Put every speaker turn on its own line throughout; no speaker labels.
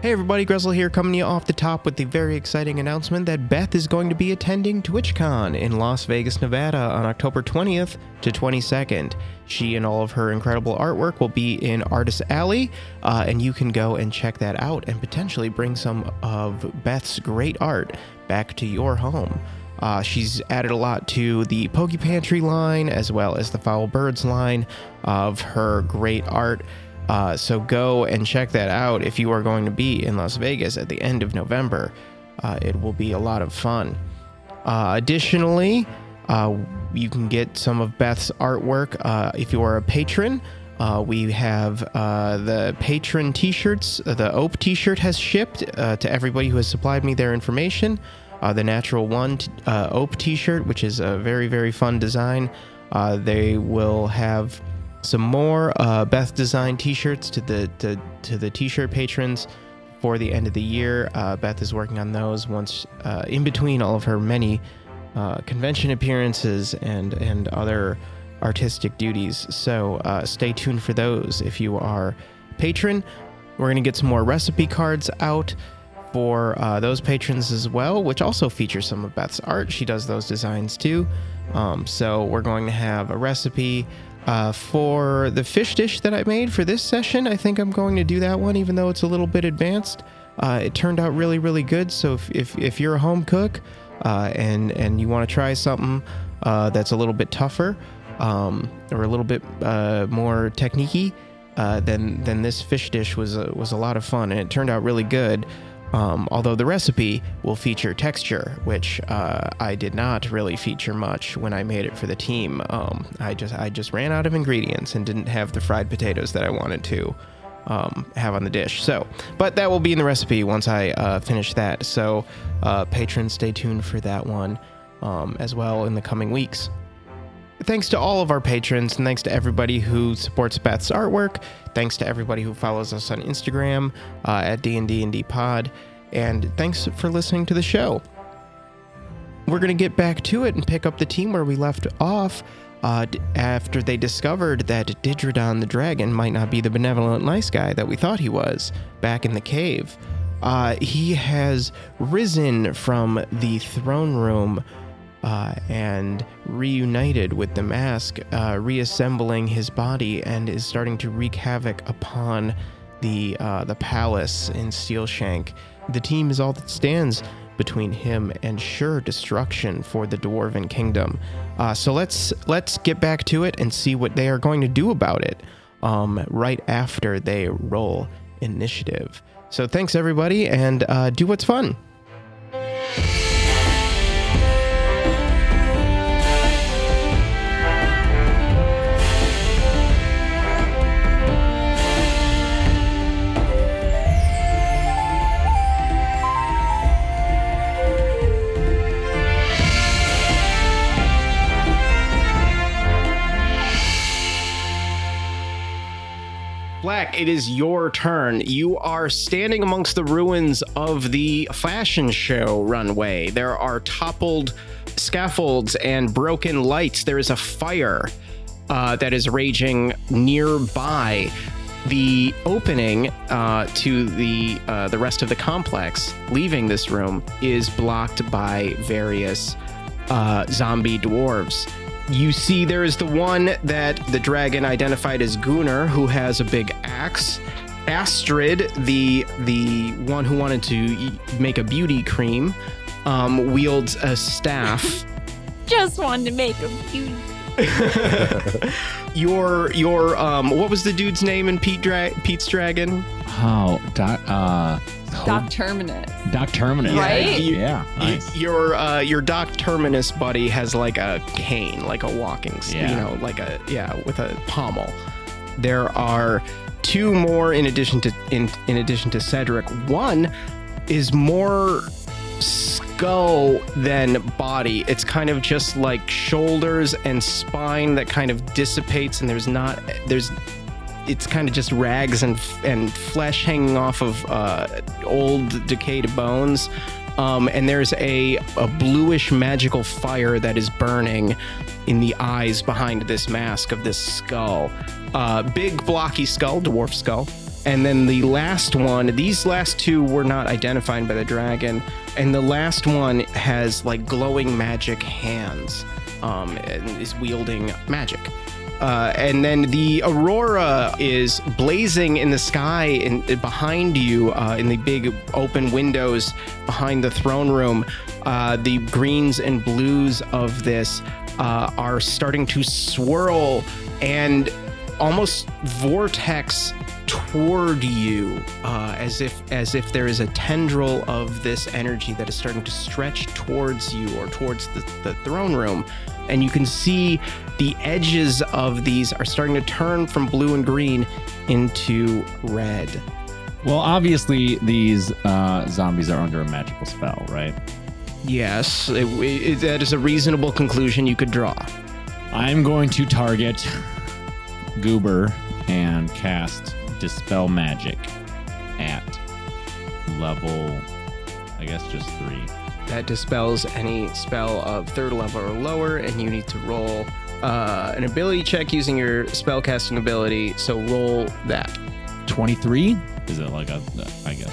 Hey everybody, Grezel here, coming to you off the top with the very exciting announcement that Beth is going to be attending TwitchCon in Las Vegas, Nevada on October 20th to 22nd. She and all of her incredible artwork will be in Artist Alley, uh, and you can go and check that out and potentially bring some of Beth's great art back to your home. Uh, she's added a lot to the Pokey Pantry line as well as the Foul Birds line of her great art. Uh, so go and check that out if you are going to be in Las Vegas at the end of November. Uh, it will be a lot of fun. Uh, additionally, uh, you can get some of Beth's artwork uh, if you are a patron. Uh, we have uh, the patron t shirts. The OPE t shirt has shipped uh, to everybody who has supplied me their information. Uh, the Natural One t- uh, OPE t shirt, which is a very, very fun design. Uh, they will have some more uh, Beth design T-shirts to the to, to the T-shirt patrons for the end of the year. Uh, Beth is working on those once uh, in between all of her many uh, convention appearances and and other artistic duties. So uh, stay tuned for those if you are patron. We're gonna get some more recipe cards out for uh, those patrons as well, which also feature some of Beth's art. She does those designs too. Um, so we're going to have a recipe uh, for the fish dish that I made for this session. I think I'm going to do that one, even though it's a little bit advanced. Uh, it turned out really, really good. So if, if, if you're a home cook uh, and and you want to try something uh, that's a little bit tougher um, or a little bit uh, more techniquey, uh, then then this fish dish was a, was a lot of fun and it turned out really good. Um, although the recipe will feature texture, which uh, I did not really feature much when I made it for the team. Um, I just I just ran out of ingredients and didn't have the fried potatoes that I wanted to um, have on the dish. So, but that will be in the recipe once I uh, finish that. So, uh, patrons, stay tuned for that one um, as well in the coming weeks. Thanks to all of our patrons, and thanks to everybody who supports Beth's artwork. Thanks to everybody who follows us on Instagram uh, at D and D Pod, and thanks for listening to the show. We're gonna get back to it and pick up the team where we left off uh, d- after they discovered that Didridon the dragon might not be the benevolent nice guy that we thought he was back in the cave. Uh, he has risen from the throne room uh, and reunited with the mask, uh, reassembling his body, and is starting to wreak havoc upon the uh, the palace in Steelshank. The team is all that stands between him and sure destruction for the dwarven kingdom. Uh, so let's let's get back to it and see what they are going to do about it um, right after they roll initiative. So thanks everybody, and uh, do what's fun. Black, it is your turn. You are standing amongst the ruins of the fashion show runway. There are toppled scaffolds and broken lights. There is a fire uh, that is raging nearby. The opening uh, to the uh, the rest of the complex, leaving this room, is blocked by various uh, zombie dwarves. You see, there is the one that the dragon identified as Gunnar, who has a big axe. Astrid, the the one who wanted to e- make a beauty cream, um, wields a staff.
Just wanted to make a beauty.
your your um, what was the dude's name in Pete Dra- Pete's dragon?
Oh, doc, uh, ho-
Doc Terminus.
doc Terminus.
Right?
You-
Yeah.
Y-
Nice.
Your uh, your Doc Terminus buddy has like a cane, like a walking, s- you
Yeah.
know, like a yeah, with a pommel. There are two more in addition to in in addition to Cedric. One is more skull than body. It's kind of just like shoulders and spine that kind of dissipates, and there's not there's it's kind of just rags and and flesh hanging off of uh, old decayed bones. Um, and there's a, a bluish magical fire that is burning in the eyes behind this mask of this skull. Uh, big blocky skull, dwarf skull. And then the last one, these last two were not identified by the dragon. And the last one has like glowing magic hands um, and is wielding magic. Uh, and then the aurora is blazing in the sky in, behind you uh, in the big open windows behind the throne room. Uh, the greens and blues of this uh, are starting to swirl and almost vortex toward you uh, as if as if there is a tendril of this energy that is starting to stretch towards you or towards the, the throne room and you can see the edges of these are starting to turn from blue and green into red
Well, obviously these uh, zombies are under a magical spell, right?
yes it, it, that is a reasonable conclusion you could draw
I'm going to target Goober and cast Dispel Magic at level, I guess, just three.
that dispels any spell of third level or lower, and you need to roll uh, an ability check using your spellcasting ability. So roll that.
23? Is it like a, I guess,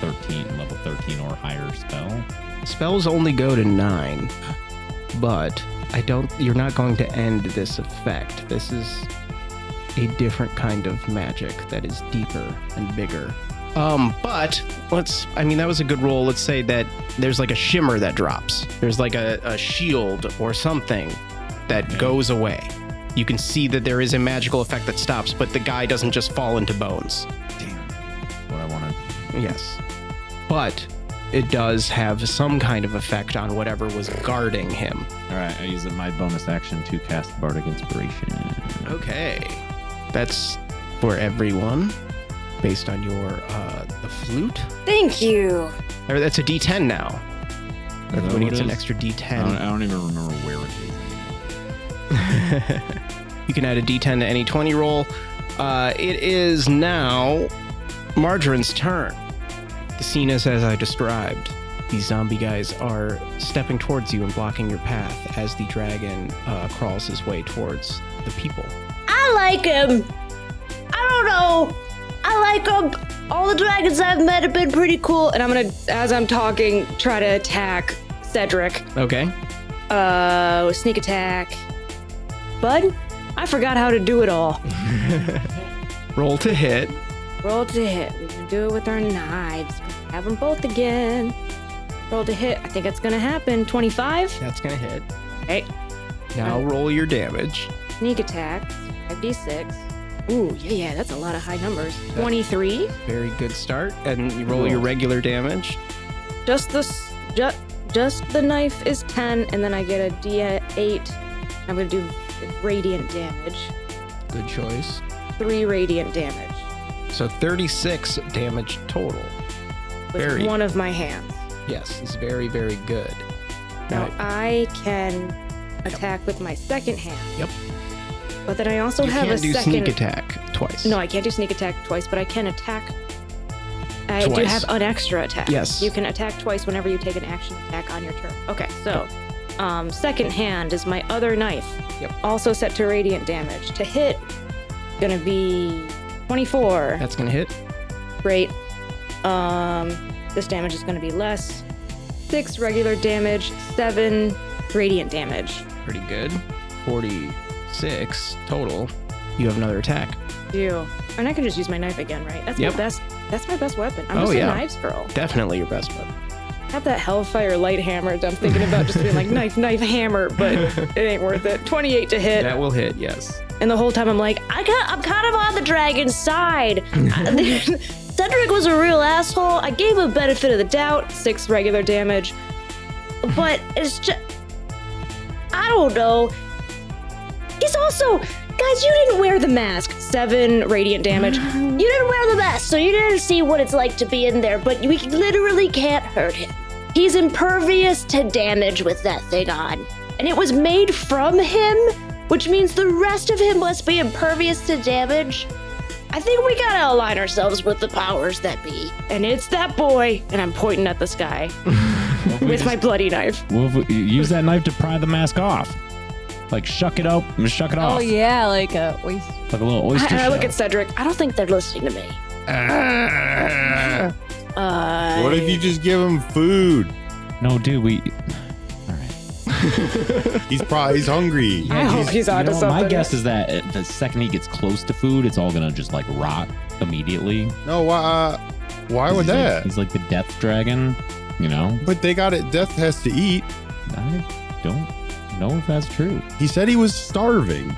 13, level 13 or higher spell?
Spells only go to nine, but I don't. You're not going to end this effect. This is a different kind of magic that is deeper and bigger. Um, but let's. I mean, that was a good roll. Let's say that there's like a shimmer that drops. There's like a, a shield or something that goes away. You can see that there is a magical effect that stops, but the guy doesn't just fall into bones.
What I want to
Yes. But it does have some kind of effect on whatever was guarding him.
All right, I use my bonus action to cast Bardic Inspiration.
Okay. That's for everyone based on your uh the flute.
Thank you.
Or that's a d10 now.
that
Everyone
what
gets
it
an
is?
extra
I don't,
d10.
I don't even remember where it is. anymore.
You can add a d10 to any 20 roll. Uh, it is now Margarine's turn. The scene is as I described. These zombie guys are stepping towards you and blocking your path as the dragon uh, crawls his way towards the people.
I like him. I don't know. I like him. All the dragons I've met have been pretty cool. And I'm gonna, as I'm talking, try to attack Cedric.
Okay.
Uh, with sneak attack. Bud, I forgot how to do it all.
Roll to hit.
Roll to hit. We can do it with our knives. Have them both again. Roll to hit. I think it's gonna happen. 25.
That's gonna hit.
Okay.
Now roll your damage.
Sneak attack. 5d6. Ooh, yeah, yeah. That's a lot of high numbers. 23.
Very good start. And you roll your regular damage.
Just the s- ju- just the knife is 10, and then I get a d8. I'm gonna do radiant damage.
Good choice.
Three radiant damage
So 36 damage total.
with
Very.
one of my hands.
Yes, it's very, very good.
Now
Now,
I can attack with my second hand.
Yep.
But then I also
you
have
can't
a
do
second.
sneak attack twice.
No, I can't do sneak attack twice, but I can attack. I do
Twice.
have an extra attack.
Yes.
You can attack twice whenever you take an action attack on your turn. Okay, so um, second hand is my other knife.
Yep.
Also set to radiant damage. To hit, gonna be 24.
That's gonna hit.
Great. Um, this damage is gonna be less. Six regular damage, seven radiant damage.
Pretty good. 46 total. You have another attack.
Ew. And I can just use my knife again, right? That's
Yep.
my best. That's my best weapon. I'm
Oh,
just a
yeah.
knives girl.
Definitely your best one.
have that hellfire light hammer. I'm thinking about just being like knife, knife, hammer, but it ain't worth it. 28 to hit,
That will hit, yes.
and the whole time I'm like, I got, I'm kind of on the dragon's side. I- Cedric was a real asshole. I gave him benefit of the doubt, six regular damage, but it's just, I don't know. He's also, guys, you didn't wear the mask. Seven radiant damage.
You didn't wear the mask, so you didn't see what it's like to be in there, but we literally can't hurt him. He's impervious to damage with that thing on. And it was made from him, which means the rest of him must be impervious to damage. I think we gotta align ourselves with the powers that be.
And it's that boy, and I'm pointing at the sky
What if we
with my
just-
bloody knife.
what if we- use that knife to pry the mask off. Like shuck it up, shuck it off.
Oh yeah, like a oyster.
Like a little oyster.
And I look
shell.
at Cedric. I don't think they're listening to me. Uh,
What if you just give him food?
no, dude, we. All right.
He's probably he's hungry.
I hope he's
You
onto
know,
something.
my guess is that uh, the second he gets close to food, it's all gonna just like rot immediately.
No, why? Uh, why
'Cause
would
he's like-
that?
he's like the death dragon. You know,
But they got it. Death has to eat.
I don't know if that's true.
He said he was starving.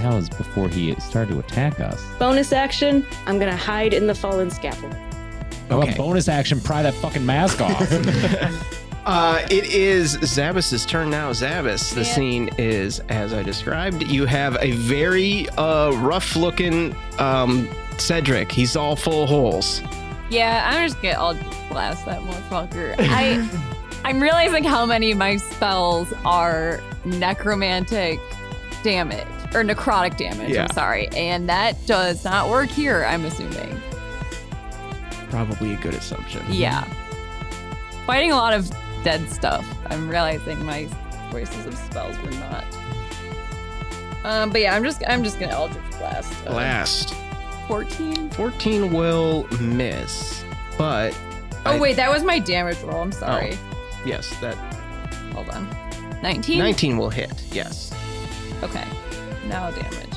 That was before he started to attack us.
Bonus action. I'm gonna hide in the fallen scaffold.
How about
Okay.
bonus action, pry that fucking mask off.
Uh, it is Zabas's turn now. Zabas, the
Yeah.
scene is as I described. You have a very uh, rough-looking um, Cedric. He's all full holes.
Yeah, I'm just gonna all blast that motherfucker. I I'm realizing how many of my spells are necromantic damage or necrotic damage.
Yeah.
I'm sorry, and that does not work here. I'm assuming.
Probably a good assumption.
Yeah, fighting a lot of dead stuff. I'm realizing my choices of spells were not. Um, but yeah, I'm just I'm just gonna Eldritch Blast. uh,
Last
14.
14 will miss, but
Oh
I-
wait, that was my damage roll. I'm sorry.
yes, that
Hold on. 19.
19 will hit. Yes.
Okay. Now damage.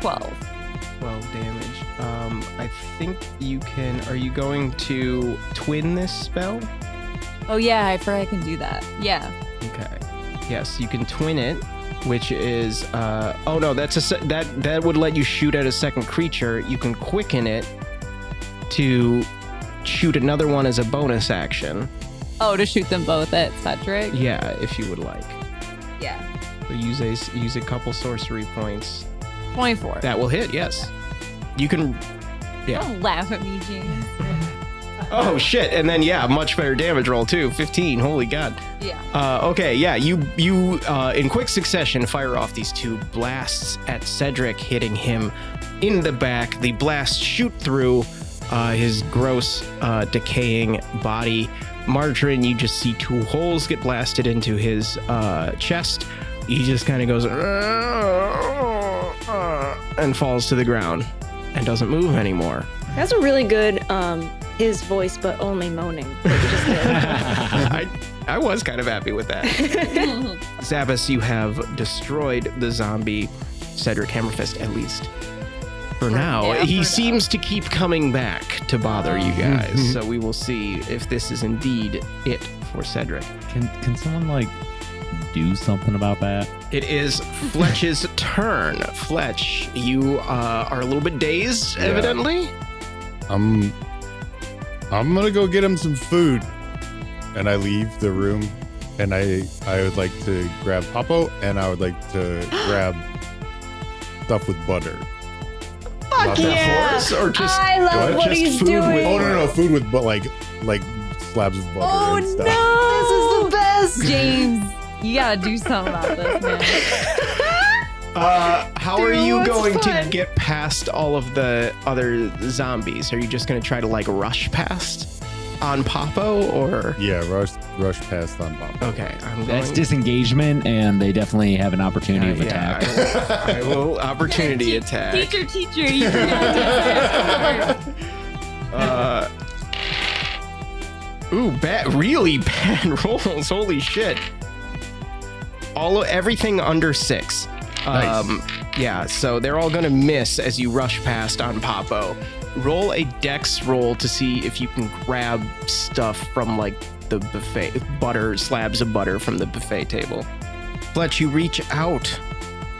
12.
12 damage. Um, I think you can. Are you going to twin this spell?
Oh yeah, I forgot I can do that. Yeah.
Okay. Yes, you can twin it, which is. Uh, oh no, that's a se- that that would let you shoot at a second creature. You can quicken it to shoot another one as a bonus action.
Oh, to shoot them both at Cedric?
Yeah, if you would like.
Yeah.
So use a s- use a couple sorcery points.
24.
That will hit. Yes. You can. yeah.
Don't laugh at me, James.
Oh shit! And then yeah, much better damage roll too. Fifteen. Holy god.
Yeah.
Uh, okay, yeah, you you uh, in quick succession fire off these two blasts at Cedric, hitting him in the back. The blasts shoot through uh, his gross, uh, decaying body. Margarine, you just see two holes get blasted into his uh, chest. He just kind of goes "Uh, and falls to the ground and doesn't move anymore.
That's a really good um his voice, but only moaning. that you just did.
I, I was kind of happy with that. Zavis, you have destroyed the zombie Cedric Hammerfist, at least. For now,
now,
he
for now.
seems to keep coming back to bother you guys, so we will see if this is indeed it for Cedric.
can can someone like do something about that?
It is Fletch's turn. Fletch, you uh, are a little bit dazed,
Yeah.
evidently.
I'm. I'm gonna go get him some food, and I leave the room, and I I would like to grab Popo, and I would like to grab stuff with butter. Fuck
The horse, or just
I love
What?
what
Just
he's
food with-
doing.
Oh no, no, food with but like like slabs of butter
Oh
and stuff.
no! This is the best! James, you gotta do something about this, man.
Uh, how are you
it's
going to
fun.
get past all of the other zombies? Are you just going to try to like rush past on Popo or?
Yeah, rush rush past on Popo.
Okay, I'm going.
That's disengagement, and they definitely have an opportunity of
Yeah,
attack.
I will, I will opportunity attack.
Teacher, teacher, you gotta do this.
Uh, ooh, bad, really bad rolls. Holy shit! All everything under six.
Nice.
Um, yeah, so they're all gonna miss as you rush past on Popo. Roll a dex roll to see if you can grab stuff from like the buffet butter slabs of butter from the buffet table. Fletch, you reach out,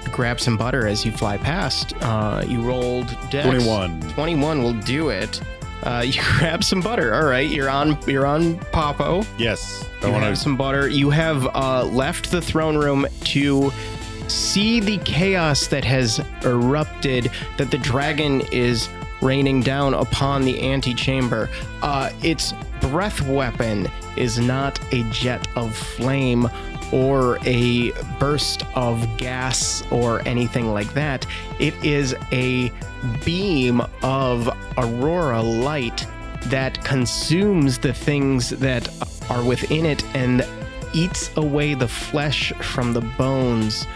to grab some butter as you fly past. Uh, you rolled dex.
21.
21 will do it. Uh, you grab some butter. All right, you're on. You're on Popo.
Yes. I
You
wanna
have some butter. You have uh, left the throne room to see the chaos that has erupted. That the dragon is raining down upon the antechamber. Uh, its breath weapon is not a jet of flame or a burst of gas or anything like that. It is a beam of aurora light that consumes the things that are within it and eats away the flesh from the bones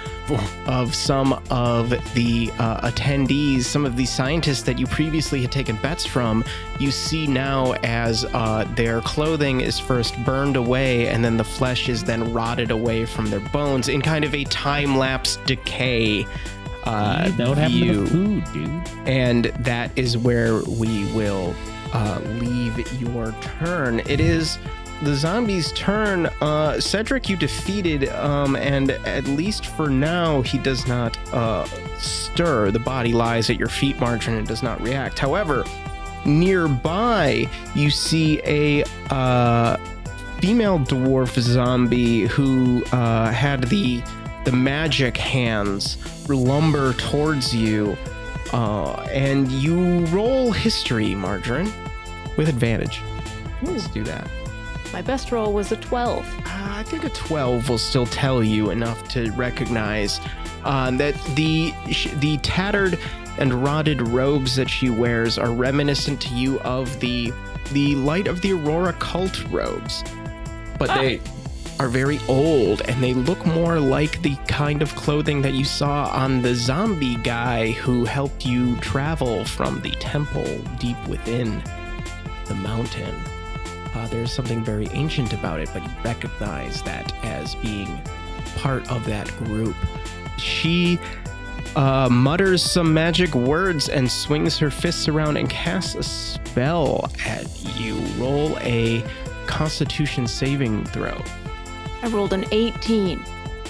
of some of the uh, attendees, some of the scientists that you previously had taken bets from, you see now as uh, their clothing is first burned away and then the flesh is then rotted away from their bones in kind of a time lapse decay. Uh,
that would happen to
view.
the food, dude.
And that is where we will uh, leave your turn. It is the zombie's turn. Uh, Cedric, you defeated, um, and at least for now, he does not uh, stir. The body lies at your feet, Margin, and does not react. However, nearby, you see a. Uh, female dwarf zombie who uh, had the the magic hands lumber towards you, uh, and you roll history, Margarine, with advantage. Let's do that.
My best roll was a 12.
Uh, I think a 12 will still tell you enough to recognize uh, that the sh- the tattered and rotted robes that she wears are reminiscent to you of the the light of the aurora cult robes, but they are very old and they look more like the kind of clothing that you saw on the zombie guy who helped you travel from the temple deep within the mountain. Uh, there's something very ancient about it, but you recognize that as being part of that group. She uh, mutters some magic words and swings her fists around and casts a spell at you. Roll a constitution saving throw.
I rolled an 18.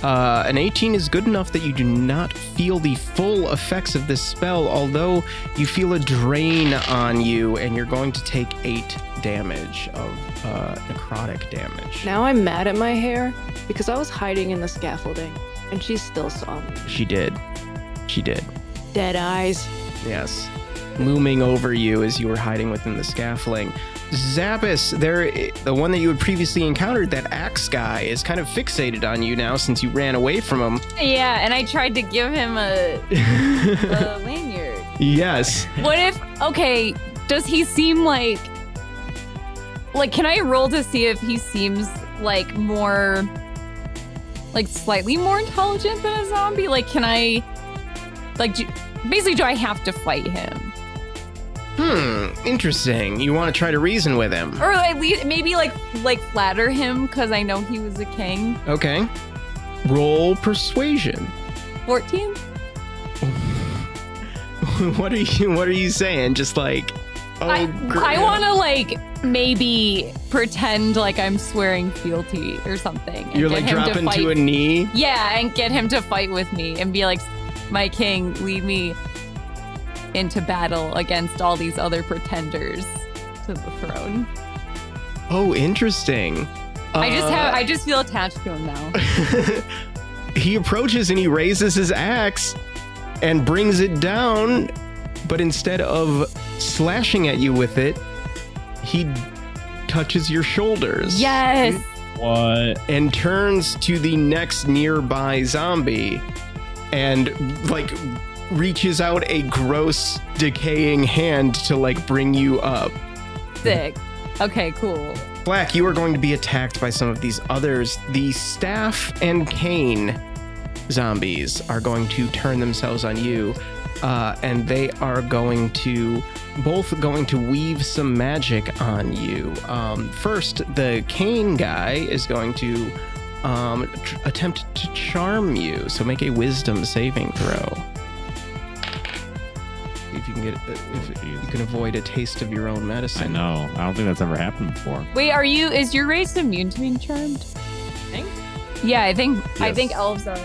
Uh, an 18 is good enough that you do not feel the full effects of this spell, although you feel a drain on you, and you're going to take 8 damage of uh, necrotic damage.
Now I'm mad at my hair because I was hiding in the scaffolding and she still saw me.
She did. She did.
Dead eyes.
Yes. Looming over you as you were hiding within the scaffolding. Zappus, there, the one that you had previously encountered, that axe guy, is kind of fixated on you now since you ran away from
Yeah, and I tried to give him a,
him.
a lanyard.
yes.
What if? Okay, does he seem like? Like, can I roll to see if he seems like more, like slightly more intelligent than a zombie? Like, can I, like, do, basically, do I have to fight him,
Hmm. Interesting. You want to try to reason with him?
or at least maybe like like flatter him because I know he was a king?
Okay. Roll persuasion.
Fourteen.
what are you? What are you saying? Just like, oh,
I, I
great.
want to like maybe pretend like I'm swearing fealty or something. and
You're
get
like
him
dropping
fight
to a knee.
Yeah, and get him to fight with me and be like, my king, lead me into battle against all these other pretenders to the throne.
Oh, interesting.
I just
Uh,
have, I just feel attached to him now.
he approaches and he raises his axe and brings it down, but instead of slashing at you with it, he touches your shoulders
yes.
What?
and turns to the next nearby zombie and like reaches out a gross decaying hand to like bring you up.
Sick. Okay, cool.
Black, you are going to be attacked by some of these others. The staff and cane zombies are going to turn themselves on you, uh, and they are going to both going to weave some magic on you. Um, first, the cane guy is going to um, tr- attempt to charm you, so make a wisdom saving throw. If you can get, if you can avoid a taste of your own
I
medicine.
know. I don't think that's ever happened before.
Wait, are you? Is your race immune to being charmed?
Think?
Yeah, I think I
Yes.
think elves are.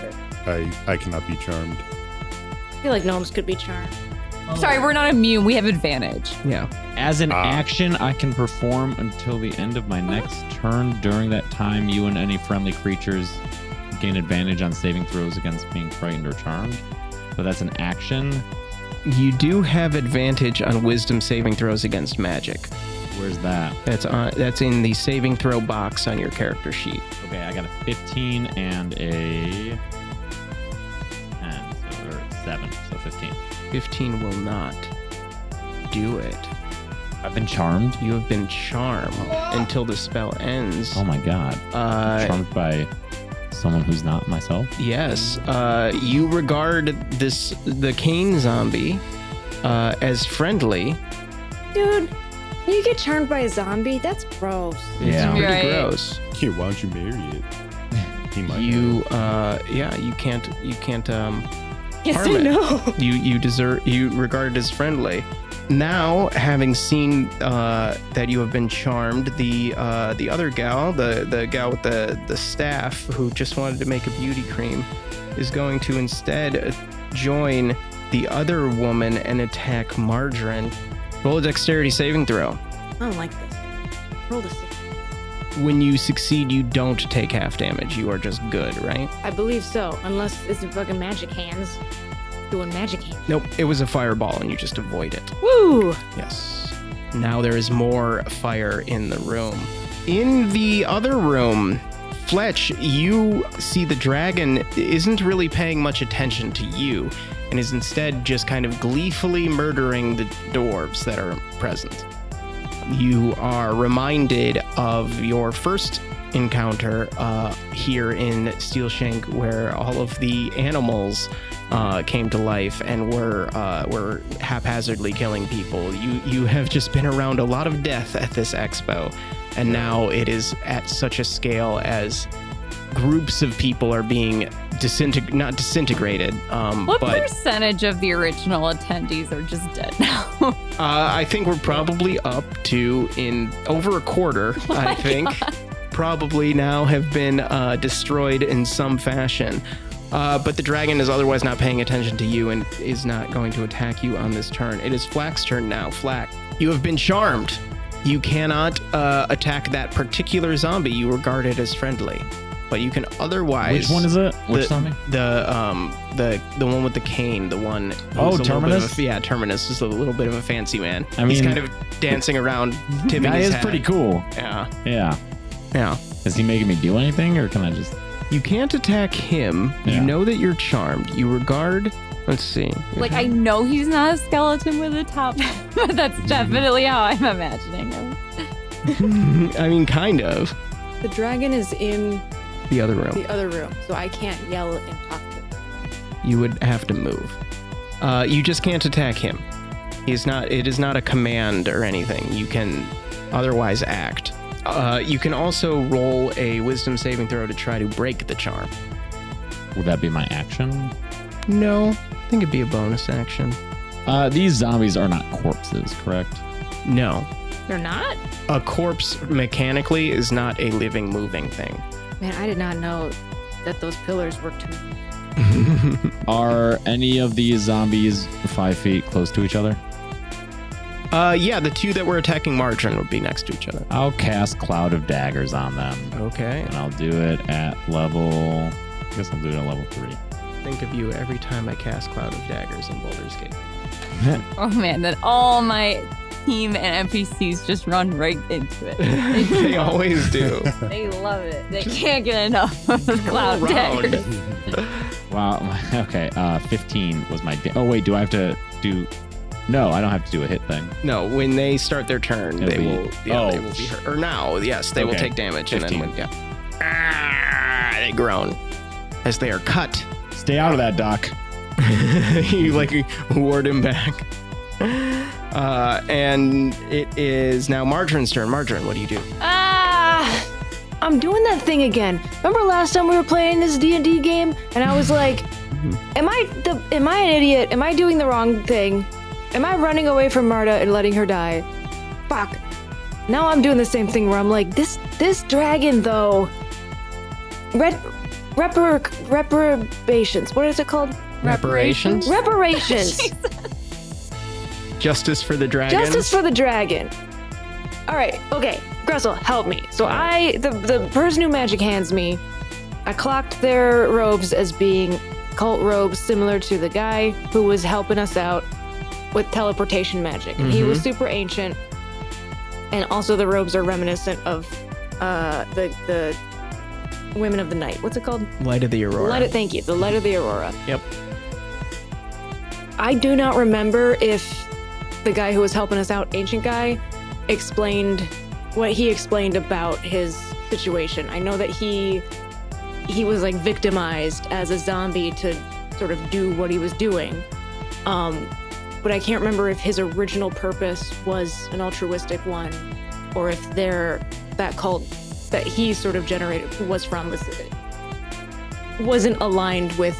I, I cannot be charmed.
I feel like gnomes could be charmed.
Sorry, we're not immune. We have advantage.
Yeah.
As an
Ah.
action, I can perform until the end of my next turn. During that time, you and any friendly creatures gain advantage on saving throws against being frightened or charmed. So that's an action.
You do have advantage on wisdom saving throws against magic.
Where's that?
That's on that's in the saving throw box on your character sheet.
Okay, I got a 15 and a 10, so, or 7, so 15.
15 will not do it.
I've been charmed.
You have been charmed until the spell ends.
Oh my god.
Uh,
charmed by someone who's not myself?
Yes, uh, you regard this the cane zombie uh, as friendly.
Dude, you get turned by a zombie? That's gross.
It's pretty
Right.
gross.
Yeah, why don't you marry it? He might.
You, uh, yeah, you can't, you can't um,
Yes,
Harmon.
I know.
you you deserve you regarded as friendly. Now, having seen uh, that you have been charmed, the uh, the other gal, the the gal with the the staff who just wanted to make a beauty cream, is going to instead join the other woman and attack Margarine. Roll a dexterity saving throw.
I don't like this. Roll this.
When you succeed, you don't take half damage. You are just good, right?
I believe so, unless it's
Fucking magic hands. Doing magic hands.
Nope. It was a fireball, and you just avoid it.
Woo!
Yes. Now there is more fire in the room. In the other room, Fletch, you see the dragon isn't really paying much attention to you and is instead just kind of gleefully murdering the dwarves that are present. You are reminded of your first encounter uh, here in Steelshank, where all of the animals uh, came to life and were uh, were haphazardly killing people. You you have just been around a lot of death at this expo, and now it is at such a scale as groups of people are being disinteg- not disintegrated, um,
What
but
percentage of the original attendees are just dead now?
uh, I think we're probably up to in over a quarter. I think probably now have been uh, destroyed in some fashion. Uh, but the dragon is otherwise not paying attention to you and is not going to attack you on this turn. It is Flack's turn now. Flack, you have been charmed. You cannot uh, attack that particular zombie you regarded as friendly, but you can otherwise.
Which one is it? Which
the,
zombie?
The um the the one with the cane, the one. who's
Oh,
a little bit of a-
Terminus?
yeah, Terminus is a little bit of a fancy man.
I
he's
mean-
kind of dancing around, tipping
That
his
is
hat.
pretty cool.
Yeah,
Yeah.
yeah.
Is he making me do anything, or can I just?
You can't attack him. You
Yeah.
know that you're charmed. You regard. Let's see.
like,
Mhm.
I know he's not a skeleton with a top, but that's definitely how I'm imagining him.
I mean, kind of
the dragon is in
the other room.
the other room, so I can't yell and talk to him.
You would have to move. Uh, you just can't attack him. He is not. It is not a command or anything. You can otherwise act. Uh, you can also roll a wisdom saving throw to try to break the charm.
Would that be my action?
No, I think it'd be a bonus action.
Uh, these zombies are not corpses, correct?
No,
They're not?
a corpse mechanically is not a living, moving thing.
Man, I did not know that those pillars were too.
Are any of these zombies five feet close to each other?
Uh, yeah, the two that were attacking Margarine would be next to each other.
I'll cast Cloud of Daggers on them,
Okay,
and I'll do it at level. I guess I'll do it at level three.
I think of you every time I cast Cloud of Daggers in Boulder's Gate.
Oh man, then all my team and NPCs just run right into it.
they always do.
They love it. They can't get enough of the cloud
Round.
dagger.
Wow. Okay. Uh, fifteen was my. Da- oh wait, do I have to do? No, I don't have to do a hit thing.
No, when they start their turn,
It'll
they
be-
will. Yeah,
oh.
they will be hurt. Or now, yes, they will
Okay.
take damage and
15.
then when, yeah. Ah, they groan as they are cut.
Stay out of that, Doc.
you like ward him back. Uh, and it is now Margarine's turn. Margarine, what do you do?
Ah!
I'm doing that thing again. Remember last time we were playing this D&D game and I was like, am I the am I an idiot? Am I doing the wrong thing? Am I running away from Marta and letting her die? Fuck. Now I'm doing the same thing where I'm like, this this dragon though. Red repar reparations. What is it called?
Reparations.
Reparations.
Justice for the dragon.
Justice for the dragon. All right, okay. Gressel, help me. So I, the the person who magic hands me, I clocked their robes as being cult robes similar to the guy who was helping us out with teleportation magic. And He was super ancient, and also the robes are reminiscent of uh, the the women of the night. What's it called?
Light of the Aurora.
Light of, thank you. The light of the aurora.
Yep.
I do not remember if the guy who was helping us out, ancient guy, explained what he explained about his situation. I know that he he was like victimized as a zombie to sort of do what he was doing. Um, but I can't remember if his original purpose was an altruistic one, or if their that cult that he sort of generated was from was wasn't aligned with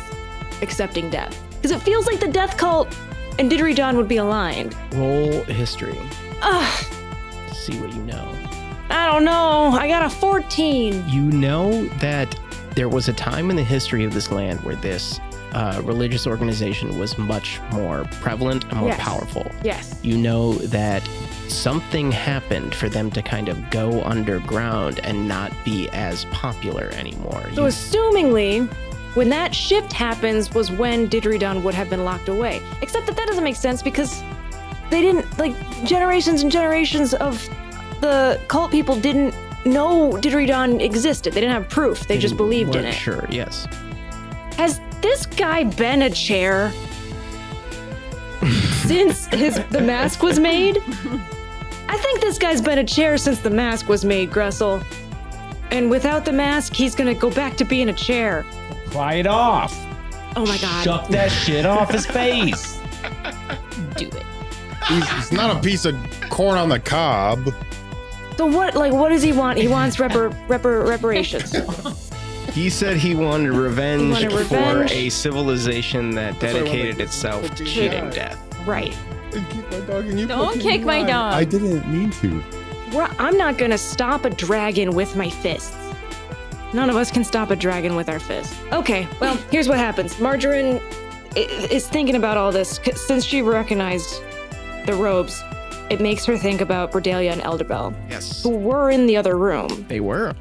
accepting death. Because it feels like the death cult and Didgeridoo Don would be aligned.
Roll history.
Ugh,
See what you know.
I don't know. I got a 14.
You know that there was a time in the history of this land where this uh, religious organization was much more prevalent and more
Yes.
powerful.
Yes.
You know that something happened for them to kind of go underground and not be as popular anymore.
So,
You-
assumingly, when that shift happens was when Didgeridon would have been locked away. Except that that doesn't make sense because they didn't, like, generations and generations of the cult people didn't know Didgeridon existed. They didn't have proof. They, just believed in
weren't
it.
Sure, yes.
Has this guy been a chair since his the mask was made? I think this guy's been a chair since the mask was made, Gressel. And without the mask, he's gonna go back to being a chair.
Pry it off.
Oh my god.
Shut that shit off his face.
Do it.
He's, he's not a piece of corn on the cob.
So what like what does he want? He wants repar- repar- reparations.
He said he wanted revenge
He wanted
for
revenge.
a civilization that
That's what I wanted.
dedicated itself to
Yeah.
cheating death.
right.
Kick my dog and you
Don't
fucking
kick my
lied.
dog.
I didn't mean to.
We're, I'm not gonna stop a dragon with my fists. None of us can stop a dragon with our fists. Okay, well, here's what happens. Margarine i- is thinking about all this 'cause since she recognized the robes. It makes her think about Cordelia and Elderbell,
Yes.
who were in the other room,
They were.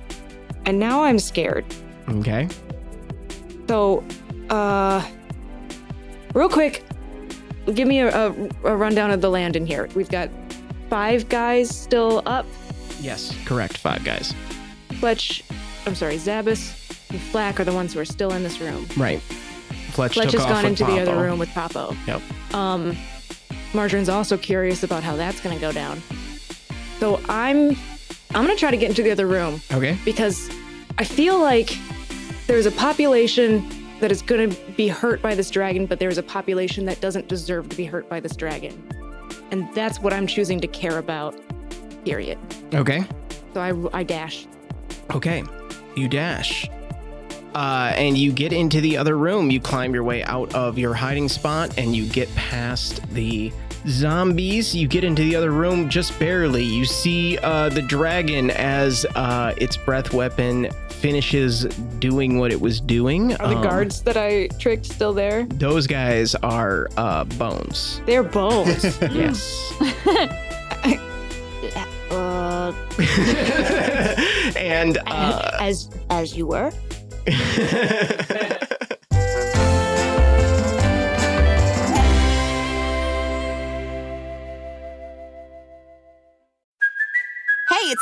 and now I'm scared.
Okay.
So, uh, real quick, give me a, a, a rundown of the land in here. We've got five guys still up.
Yes. Correct, five guys.
Fletch, I'm sorry, Zabas and Flack are the ones who are still in this room.
Right. Fletch,
Fletch
took
has
off
gone
with
into the other
Popo.
room with Papo.
Yep.
Um, Margarine's also curious about how that's going to go down. So I'm, I'm going to try to get into the other room
Okay.
because I feel like there's a population that is going to be hurt by this dragon, but there's a population that doesn't deserve to be hurt by this dragon. And that's what I'm choosing to care about, period.
Okay.
So I, I dash.
Okay. You dash. Uh, and you get into the other room. You climb your way out of your hiding spot and you get past the zombies. You get into the other room just barely. You see uh, the dragon as uh, its breath weapon finishes doing what it was doing.
Are the
Um,
guards that I tricked still there?
Those guys are uh, bones.
They're bones.
Yes.
Uh,
and. Uh,
as as you were.
uh,
Hey, it's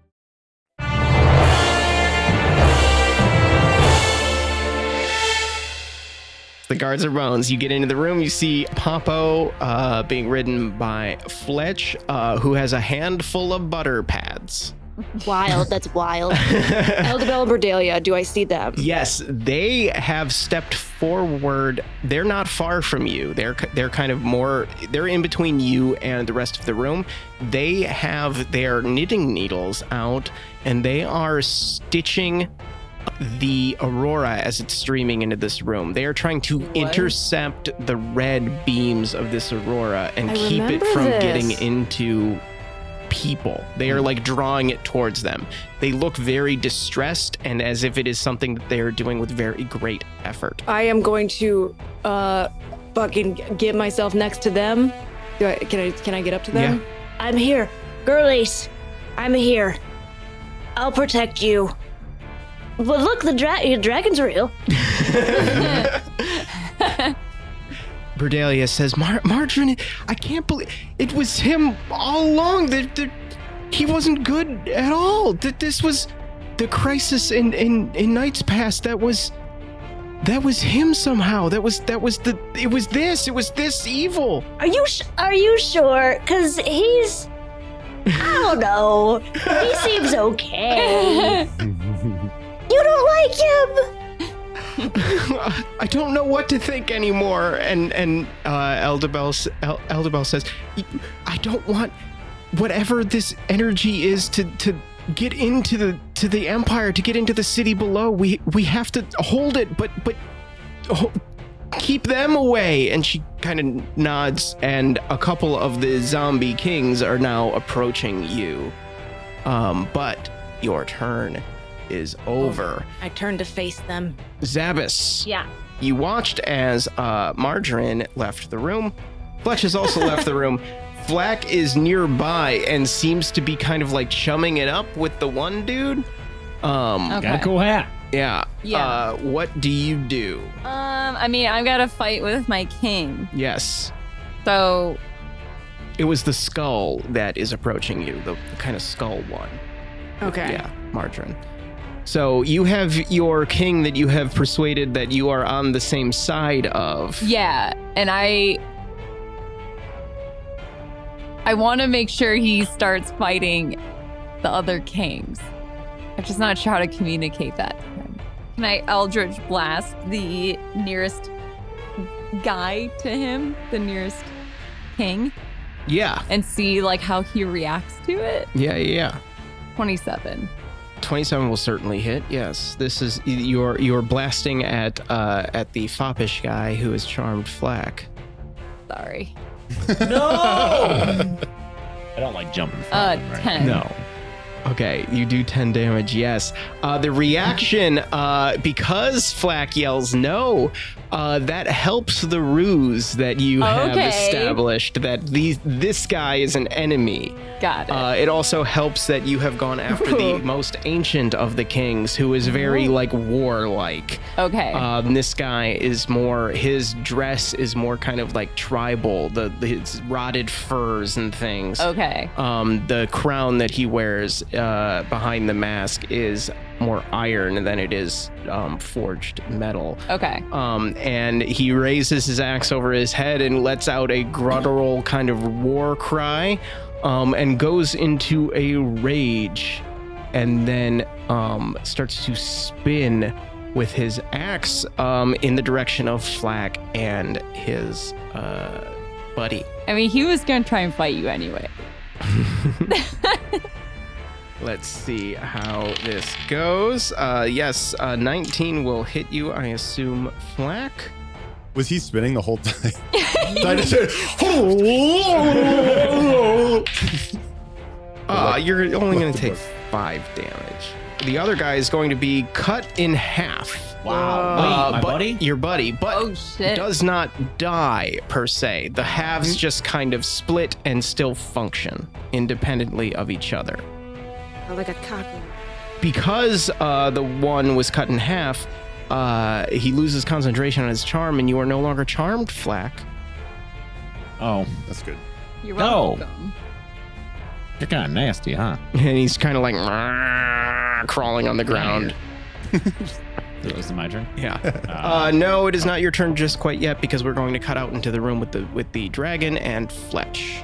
The guards are bones. You get into the room, you see Popo uh, being ridden by Fletch, uh, who has a handful of butter pads.
Wild. That's wild.
Eldabella Berdalia, do I see them?
Yes, they have stepped forward. They're not far from you. They're they're kind of more they're in between you and the rest of the room. They have their knitting needles out and they are stitching the aurora as it's streaming into this room. They are trying to intercept the red beams of this aurora and
I
keep it
remember
from
this.
getting into people. They are like drawing it towards them. They look very distressed and as if it is something that they are doing with very great effort.
I am going to uh fucking get myself next to them. Do I, can I can I get up to them?
I'm here. Girlies, I'm here. I'll protect you. But look, the dra- your dragon's real.
Berdalia says, Mar- Margarine, I can't believe it was him all along. The, the, he wasn't good at all. That this was the crisis in, in, in Nights Past. That was that was him somehow. That was that was the it was this. It was this evil.
Are you sh- are you sure? Cause he's I don't know. he seems okay. you don't like him.
I don't know what to think anymore. And and uh, Eldebel s- El- Eldebel says, "Y- I don't want whatever this energy is to to get into the to the empire to get into the city below. We we have to hold it, but but ho- keep them away. And she kind of nods, and a couple of the zombie kings are now approaching you. Um, but your turn is over.
I turn to face them.
Zabas.
Yeah.
You watched as uh, Margarine left the room. Fletch has also left the room. Flack is nearby and seems to be kind of like chumming it up with the one dude. Um,
Okay. Got a
cool hat.
Yeah.
Yeah.
Uh, what do you do?
Um, I mean, I've got to fight with my king.
Yes.
So,
It was the skull that is approaching you, the, the kind of skull one.
Okay.
Yeah, Margarine. So you have your king that you have persuaded that you are on the same side of.
yeah, and I I want to make sure he starts fighting the other kings. I'm just not sure how to communicate that to him. Can I Eldritch blast the nearest guy to him, the nearest king,
Yeah.
and see like how he reacts to it?
Yeah, yeah, yeah.
27.
27 will certainly hit. Yes, this is you're you're blasting at uh, at the foppish guy who has charmed Flack.
Sorry.
No! I don't like jumping.
Uh,
from, right?
10.
Okay, you do 10 damage. Yes. Uh, the reaction uh, because Flack yells no, uh, that helps the ruse that you have
Okay.
established that these this guy is an enemy.
Got it.
Uh, it also helps that you have gone after the most ancient of the kings, who is very like warlike.
okay.
Um, this guy is more. His dress is more kind of like tribal. The his rotted furs and things.
okay.
Um, the crown that he wears uh, behind the mask is more iron than it is um, forged metal.
Okay.
Um, and he raises his axe over his head and lets out a guttural kind of war cry um, and goes into a rage and then um, starts to spin with his axe um, in the direction of Flack and his uh, buddy.
I mean, he was going to try and fight you anyway.
Let's see how this goes. Uh, yes, uh, 19 will hit you, I assume, Flack.
Was he spinning the whole time? So I just heard,
Uh,
Like-
you're only
like
going
the
to take five damage. The other guy is going to be cut in half.
Wow.
Uh,
Wait, my
but-
buddy?
Your buddy, but
Oh, shit.
does not die per se. The halves just kind of split and still function independently of each other.
Like a cockroach.
because uh, the one was cut in half, uh, he loses concentration on his charm, and you are no longer charmed, Flack.
Oh,
That's good.
You're
No.
welcome.
you're kind of nasty, huh?
And he's kind of like "Rrrr," crawling on the ground.
Is it my turn?
Yeah. Uh, no, it is not your turn just quite yet because we're going to cut out into the room with the with the dragon and Fletch.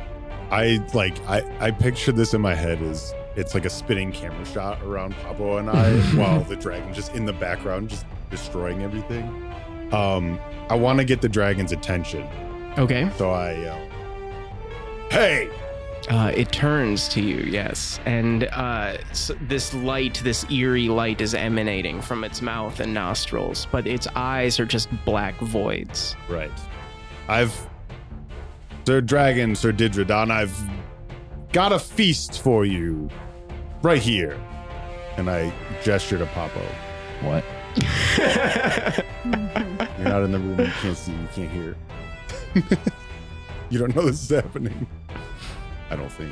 I like I I picture this in my head as it's like a spinning camera shot around Pablo and I while the dragon just in the background just destroying everything. Um I want to get the dragon's attention.
Okay.
So I uh, yell, "Hey!"
Uh, it turns to you, yes, and uh, s this light, this eerie light, is emanating from its mouth and nostrils, but its eyes are just black voids.
Right. I've Sir Dragon, Sir Didridon, I've got a feast for you right here. And I gesture to Popo.
What?
You're not in the room. You can't see. You can't hear. you don't know this is happening. I don't think.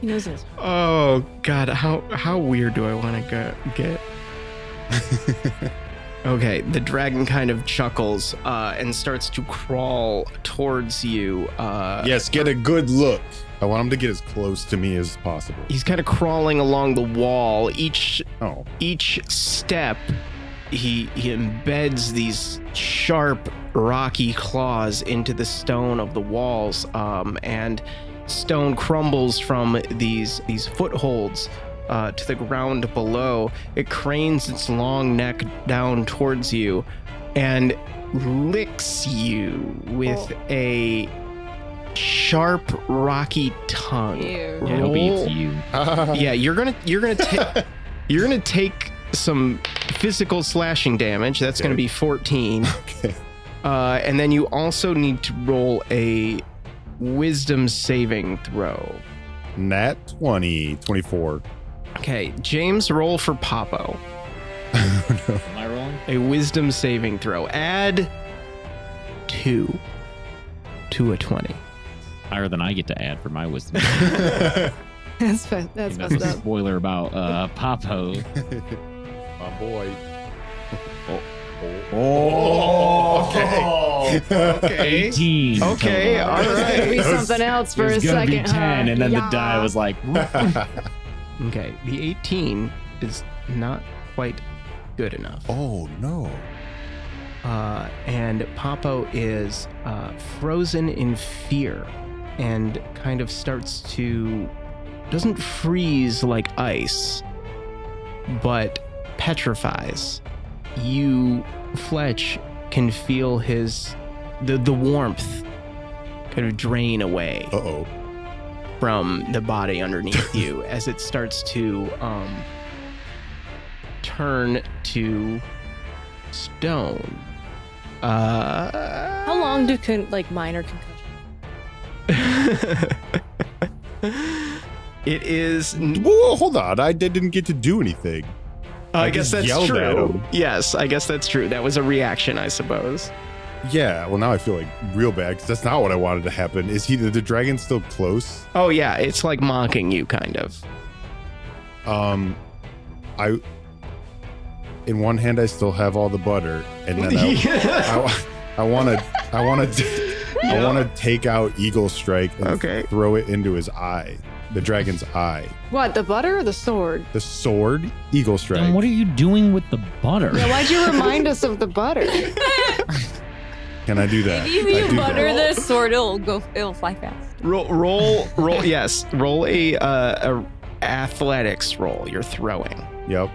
He knows this.
Oh God, how how weird do I want to go, get? okay, the dragon kind of chuckles uh, and starts to crawl towards you. Uh,
yes, get a good look. I want him to get as close to me as possible.
He's kind of crawling along the wall. Each
Oh.
each step, he he embeds these sharp, rocky claws into the stone of the walls, um, and stone crumbles from these these footholds uh, to the ground below. It cranes its long neck down towards you, and licks you with a sharp, rocky tongue.
Yeah, it'll be
Roll-
it's you.
yeah, you're gonna you're gonna take you're gonna take some physical slashing damage. That's gonna be 14.
Okay.
Uh, and then you also need to roll a wisdom saving throw.
Nat 20, 24.
Okay, James, roll for Popo.
Am I rolling?
A wisdom saving throw. Add two to a 20.
Higher than I get to add for my wisdom.
That's fu- that's
That's
messed
a
up.
spoiler about uh, Popo.
My boy.
Oh,
Okay.
Okay.
18.
Oh, Okay,
total.
all
Gonna
right.
be
That was-
something else
It
for a
was gonna
second.
be 10,
huh?
and then
Yeah.
the die was like,
Okay, the 18 is not quite good enough.
oh, no.
uh, and Popo is uh, frozen in fear and kind of starts to doesn't freeze like ice, but petrifies. You, Fletch, can feel his the the warmth kind of drain away
Uh oh.
from the body underneath you as it starts to um, turn to stone. Uh,
How long do con- like minor concussions?
it is.
Whoa, hold on. I did- didn't get to do anything.
I,
I
guess
just
that's
yelled at
true.
him.
Yes, I guess that's true. That was a reaction, I suppose.
Yeah, well, now I feel like real bad because that's not what I wanted to happen. Is he the, the dragon still close?
Oh yeah, it's like mocking you, kind of.
Um, I in one hand I still have all the butter, and then I, I, want to, I want to, I want to take out Eagle Strike and
Okay.
throw it into his eye, the dragon's eye,
What, the butter or the sword?
the sword, Eagle Strike.
Then what are you doing with the butter?
Yeah, why'd you remind us of the butter?
Can I do that?
Maybe
I
if
do
you
that.
butter the sword, it'll go. It'll fly fast.
Roll, roll, roll. yes, roll a, uh, a athletics roll. You're throwing.
Yep.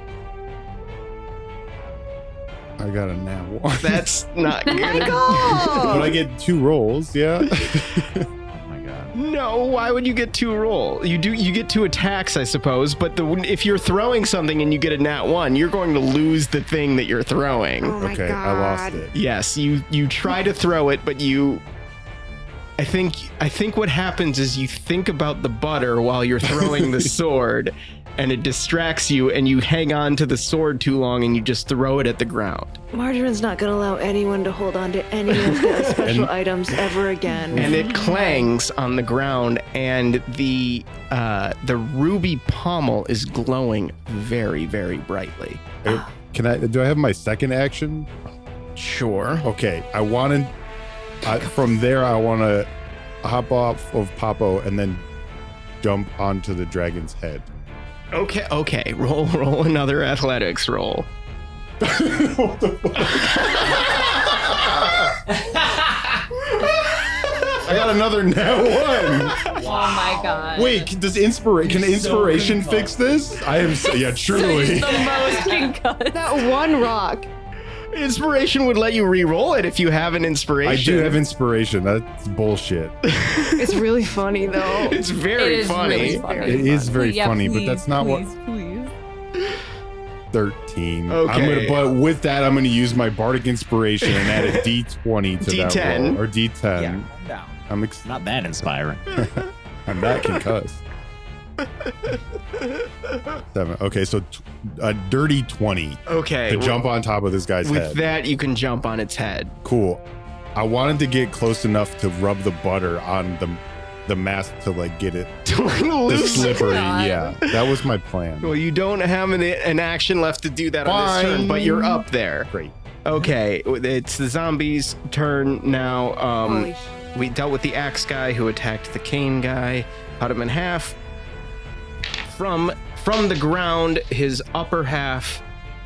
I got a nat one,
That's not good.
Oh.
but I get two rolls. Yeah.
Oh my god.
No, why would you get two roll? You do you get two attacks, I suppose, but the if you're throwing something and you get a nat 1, you're going to lose the thing that you're throwing.
okay, I lost it.
Yes, you you try to throw it, but you I think I think what happens is you think about the butter while you're throwing the sword and it distracts you and you hang on to the sword too long and you just throw it at the ground.
Margarine's not gonna allow anyone to hold on to any of the special items ever again.
and it clangs on the ground and the uh, the ruby pommel is glowing very very brightly
Uh, Can I? Do I have my second action?
sure
Okay, I want to. I, from there, I want to hop off of Popo and then jump onto the dragon's head.
okay okay roll roll another athletics roll
I got another net
Oh
one.
my god.
Wait, does inspiration can
You're so
inspiration
good,
fix this? I am. So, yeah, truly.
That one rock.
Inspiration would let you re-roll it if you have an
I
inspiration.
do have inspiration. That's bullshit.
It's really funny though.
It's very
It is
funny.
really funny.
It is very
Yeah,
funny,
please,
but that's not what.
Please.
Thirteen. I'm
Okay.
gonna, but with that, I'm going to use my bardic inspiration and add a D20 to that
D10.
roll, or D10.
No.
I'm ex-
Not that inspiring.
I'm not concussed. Seven. Okay, so t- a dirty twenty.
Okay.
To jump on top of this guy's
With
head.
that, you can jump on its head.
cool. I wanted to get close enough to rub the butter on the the mask to like get it the
Loose.
slippery. Yeah, that was my plan.
Well, you don't have an, an action left to do that on this turn, but you're up there.
Great.
Okay, it's the zombies' turn now. Um,
Holy
we dealt with the axe guy who attacked the cane guy, cut him in half. From from the ground, his upper half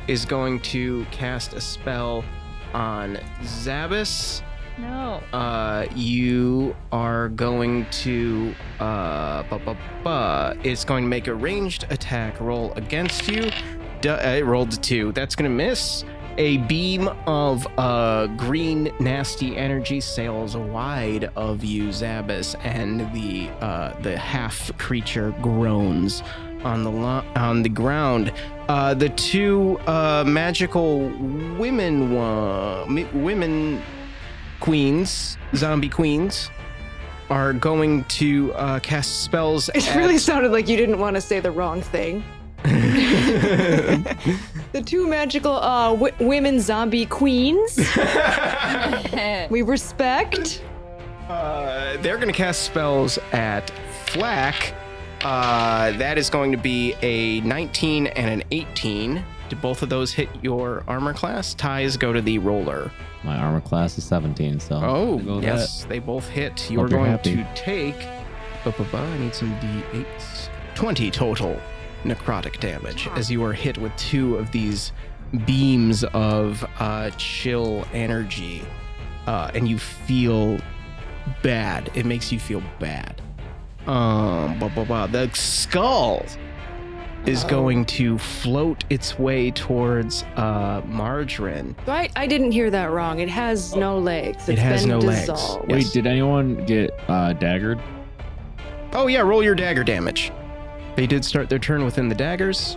is going to cast a spell on Zabas.
No.
Uh, you are going to uh, bu- bu- bu- it's going to make a ranged attack roll against you. Du- uh, it rolled a two. That's going to miss. A beam of uh, green nasty energy sails wide of you, Zabas, and the uh, the half creature groans on the lo- on the ground. Uh, the two uh, magical women wa- mi- women queens, zombie queens, are going to uh, cast spells.
It
at-
really sounded like you didn't want to say the wrong thing. the two magical uh, w- women zombie queens. we respect.
Uh, they're going to cast spells at Flack. Uh, that is going to be a 19 and an 18. Do both of those hit your armor class? Ties go to the roller.
My armor class is 17, so.
Oh,
I'll go with
yes, they both hit. You
Hope
are
you're
going
happy.
to take. ba-ba-ba, I need some d8s. 20 total necrotic damage as you are hit with two of these beams of uh, chill energy, uh, and you feel bad. It makes you feel bad. Um, blah, blah, blah. The skull
Oh.
is going to float its way towards uh, Margarine.
I, I didn't hear that wrong. It has no legs. It's
It has
been
no legs.
dissolved.
that. Wait, did anyone get uh, daggered?
Oh yeah, roll your dagger damage. They did start their turn within the daggers.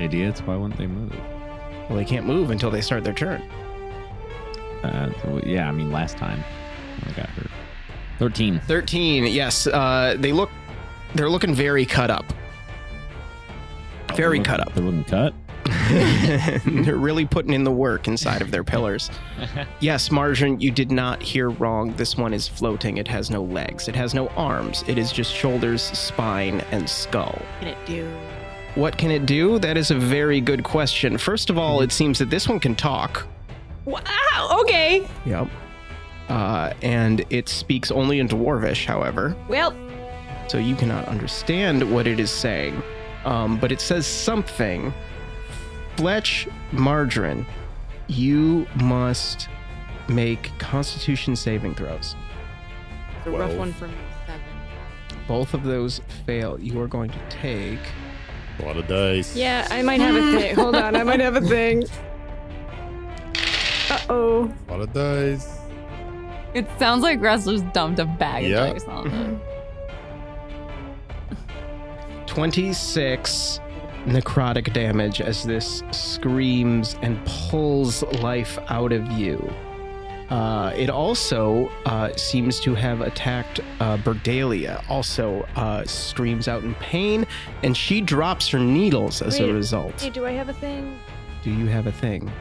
Idiots, why wouldn't they move?
Well, they can't move until they start their turn.
Uh, so- yeah, I mean, last time I got hurt. 13.
Thirteen. Yes. Uh, they look. They're looking very cut up.
Oh.
Very cut up.
They wouldn't cut?
they're really putting in the work inside of their pillars. yes, Marjan, you did not hear wrong. This one is floating. It has no legs. It has no arms. It is just shoulders, spine, and skull.
Can it do?
What can it do? That is a very good question. First of all, it seems that this one can talk.
Wow. Okay.
Yep. Uh, and it speaks only in Dwarvish, however,
Well,
so you cannot understand what it is saying. Um, but it says something. Fletch Margarine, you must make Constitution saving throws.
it's a rough one for me. Seven.
Both of those fail. You are going to take.
A lot of dice.
Yeah, I might have a thing. Hold on, I might have a thing. Uh oh.
A lot of dice.
It sounds like wrestlers dumped a bag
Yeah.
of dice on them.
26 necrotic damage as this screams and pulls life out of you. Uh, it also uh, seems to have attacked uh, Berdalia, also uh, screams out in pain, and she drops her needles as a
Wait.
result.
Hey, do I have a thing?
Do you have a thing?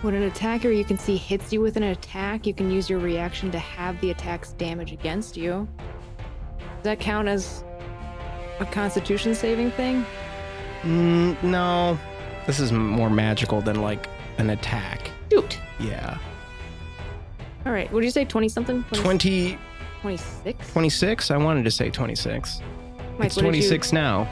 When an attacker you can see hits you with an attack, you can use your reaction to have the attack's damage against you. Does that count as a constitution saving thing?
Mm, no. This is more magical than like an attack.
Shoot.
Yeah.
All right. What did you say? Twenty something?
20,
26?
26? I wanted to say 26.
Mike,
it's
what did you-
26 now.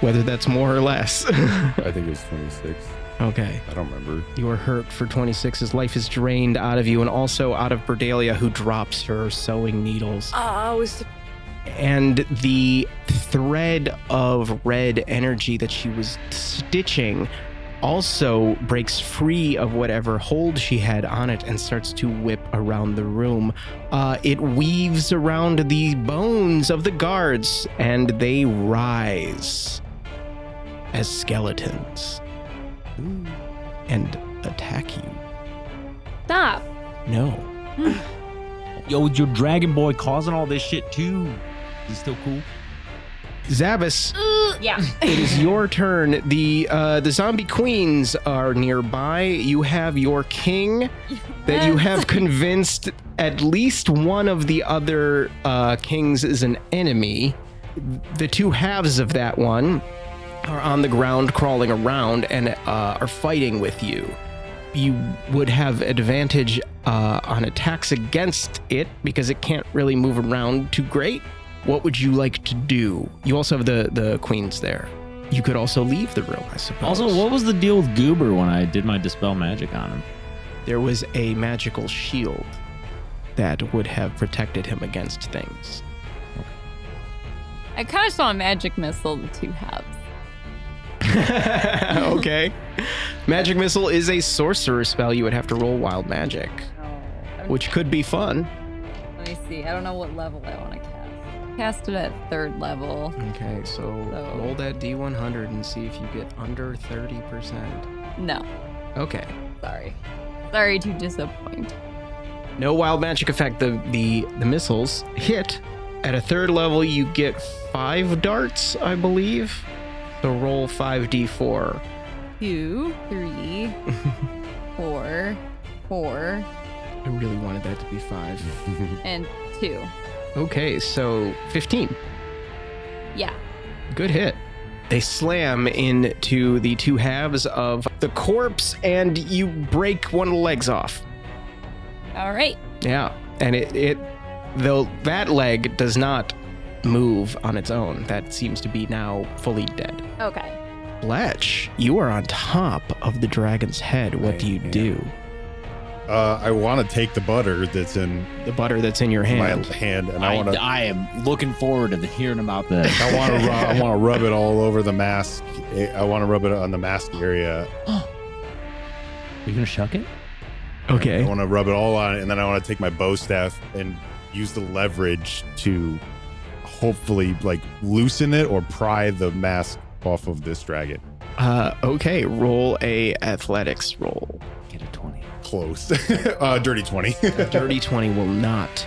whether that's more or less.
I think it was 26.
Okay.
I don't remember.
You are hurt for 26's life is drained out of you and also out of Berdalia, who drops her sewing needles.
Ah, I was.
and the thread of red energy that she was stitching also breaks free of whatever hold she had on it and starts to whip around the room. Uh, it weaves around the bones of the guards and they rise as skeletons and attack you.
Stop.
No.
Yo, is your dragon boy causing all this shit too? He's still cool.
Zabas,
Yeah.
it is your turn. The uh, the zombie queens are nearby. You have your king that you have convinced at least one of the other uh, kings is an enemy. The two halves of that one are on the ground, crawling around, and uh, are fighting with you. You would have advantage uh, on attacks against it because it can't really move around too great. What would you like to do? You also have the the queens there. You could also leave the room, I suppose.
Also, what was the deal with Goober when I did my dispel magic on him?
there was a magical shield that would have protected him against things.
I kind of saw a magic missile the two have.
okay. Magic missile is a sorcerer spell. You would have to roll wild magic, which could be fun.
Let me see. I don't know what level I want to cast. Cast it at third level.
Okay, so
So-
roll that d100 and see if you get under 30%.
No.
Okay.
Sorry. Sorry to disappoint.
No wild magic effect. The the the missiles hit at a third level. You get five darts, I believe. So roll five d4.
Two, three, four, four,
I really wanted that to be five.
and two.
okay, so 15.
Yeah.
Good hit. They slam into the two halves of the corpse, and you break one of the legs off.
All right.
Yeah, and it, it though that leg does not move on its own. That seems to be now fully dead.
Okay.
Bletch, you are on top of the dragon's head. What do you do?
Uh, I want to take the butter that's in
The butter that's in your
my
hand.
hand, and
I,
I want to.
I am looking forward to the, hearing about this.
I want to. I want to rub it all over the mask. eh, I- I want to rub it on the mask area.
Are you gonna shuck it?
I
Okay.
want to rub it all on it, and then I want to take my bow staff and use the leverage to hopefully like loosen it or pry the mask off of this dragon.
Uh, okay. Roll a athletics roll.
Get a twenty.
Close. uh, dirty twenty.
A dirty 20 will not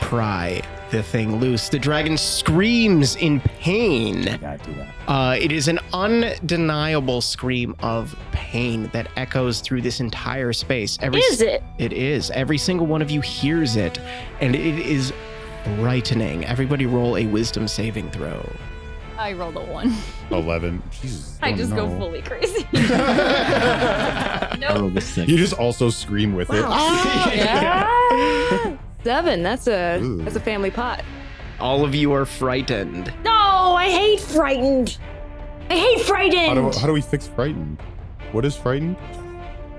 pry the thing loose. The dragon screams in pain.
gotta do that.
Uh, it is an undeniable scream of pain that echoes through this entire space. Every
Is it?
It is. Every single one of you hears it, and it is frightening. Everybody roll a wisdom saving throw.
I rolled a one.
Eleven. Jesus.
I
don't
just
know.
go fully crazy.
I
nope.
rolled a six.
You just also scream with it.
Yeah. Seven. That's a
Ooh.
that's a family pot.
All of you are frightened.
No, I hate frightened. I hate
How do,
frightened.
how do we fix frightened? What is frightened?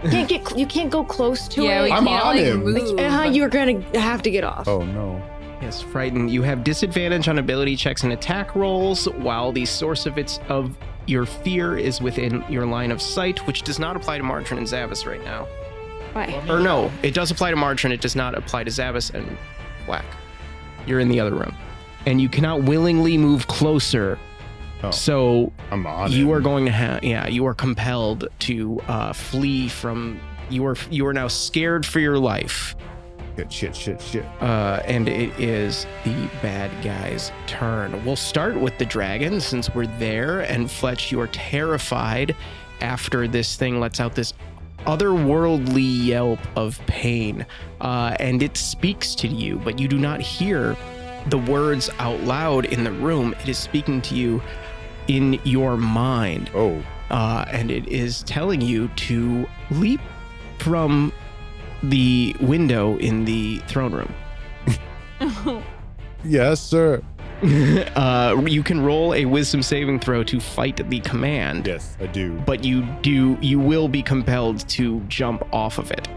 Can't get cl- you can't go close to
Yeah,
it.
we
I'm
can't
on
like
him.
move.
Uh, you're gonna have to get off.
Oh no.
Yes, frightened. You have disadvantage on ability checks and attack rolls while the source of its of your fear is within your line of sight, which does not apply to Martrin and Zavis right now.
Why?
Or no, it does apply to Martrin. It does not apply to Zavis and Whack. You're in the other room, and you cannot willingly move closer.
Oh.
So
I'm on
you
him.
are going to have yeah you are compelled to uh, flee from you are you are now scared for your life
Shit, shit, shit, shit.
uh, and it is the bad guy's turn we'll start with the dragon since we're there and fletch you are terrified after this thing lets out this otherworldly yelp of pain uh, and it speaks to you but you do not hear the words out loud in the room it is speaking to you in your mind
Oh,
uh, and it is telling you to leap from the window in the throne room.
yes, sir.
uh, you can roll a wisdom saving throw to fight the command.
Yes, I do.
But you do you will be compelled to jump off of it.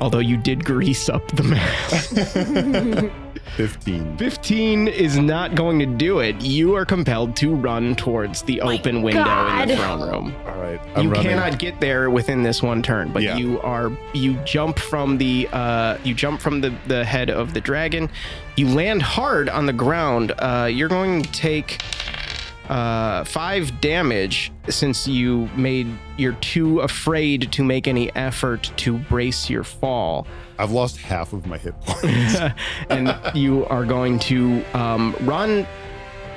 Although you did grease up the mask.
15.
15 is not going to do it. You are compelled to run towards the open window in the
God.
throne room.
All right.
you
running.
cannot get there within this one turn, but
Yeah.
you are you jump from the uh, you jump from the, the head of the dragon. You land hard on the ground. Uh, you're going to take uh, five damage since you made you're too afraid to make any effort to brace your fall.
I've lost half of my hit points.
and you are going to um, run.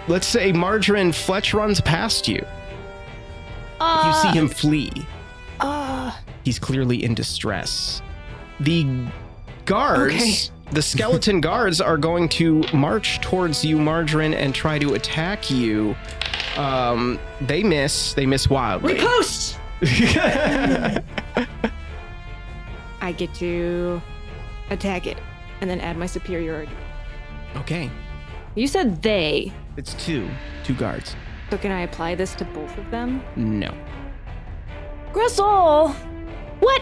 Let's say Margarine Fletch runs past you. you see him flee. He's clearly in distress. The guards, the skeleton guards, are going to march towards you, Margarine, and try to attack you. Um, they miss. They miss wildly.
Repost!
I get to attack it and then add my superiority.
Okay.
You said they,
It's two. Two guards.
so can I apply this to both of them?
No.
Gristle! What?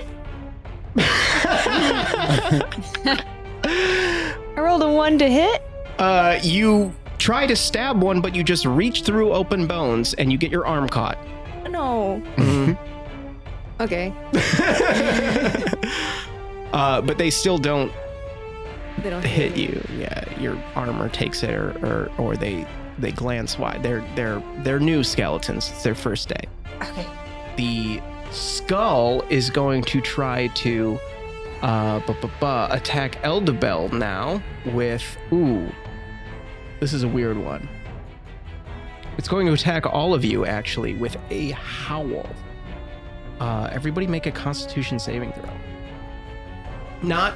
I rolled a one to hit.
Uh, you try to stab one, but you just reach through open bones and you get your arm caught.
No. Okay.
Uh, but they still don't
They don't
hit you. Yeah, your armor takes it, or or, or they they glance wide. They're they're they're new skeletons. It's their first day.
Okay.
The skull is going to try to uh, bu- bu- bu- attack Eldebel now with ooh. This is a weird one. It's going to attack all of you actually with a howl. Uh, everybody make a Constitution saving throw. Not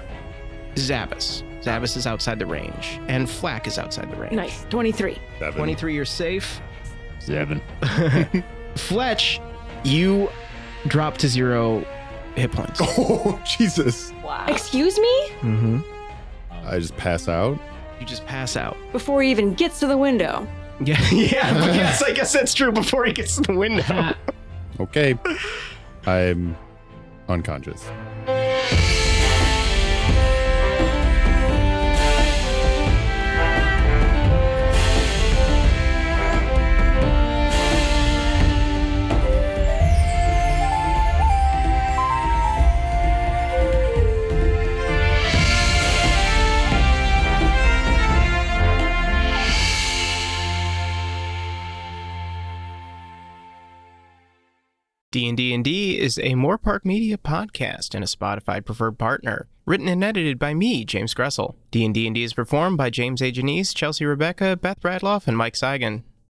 Zabbis. Zabbis is outside the range, and Flack is outside the range.
Nice. 23.
Seven.
23, you're safe.
Seven.
Fletch, you drop to zero hit points.
Oh, Jesus.
Excuse me?
Mm-hmm.
I just pass out.
You just pass out.
Before he even gets to the window.
Yeah, yeah. yes, I guess that's true. Before he gets to the window,
Okay. I'm unconscious.
D and D and D is a More Park Media podcast and a Spotify preferred partner. Written and edited by me, James Gressel. D and D and D is performed by James A. Janice, Chelsea Rebecca, Beth Bradloff, and Mike Seigan.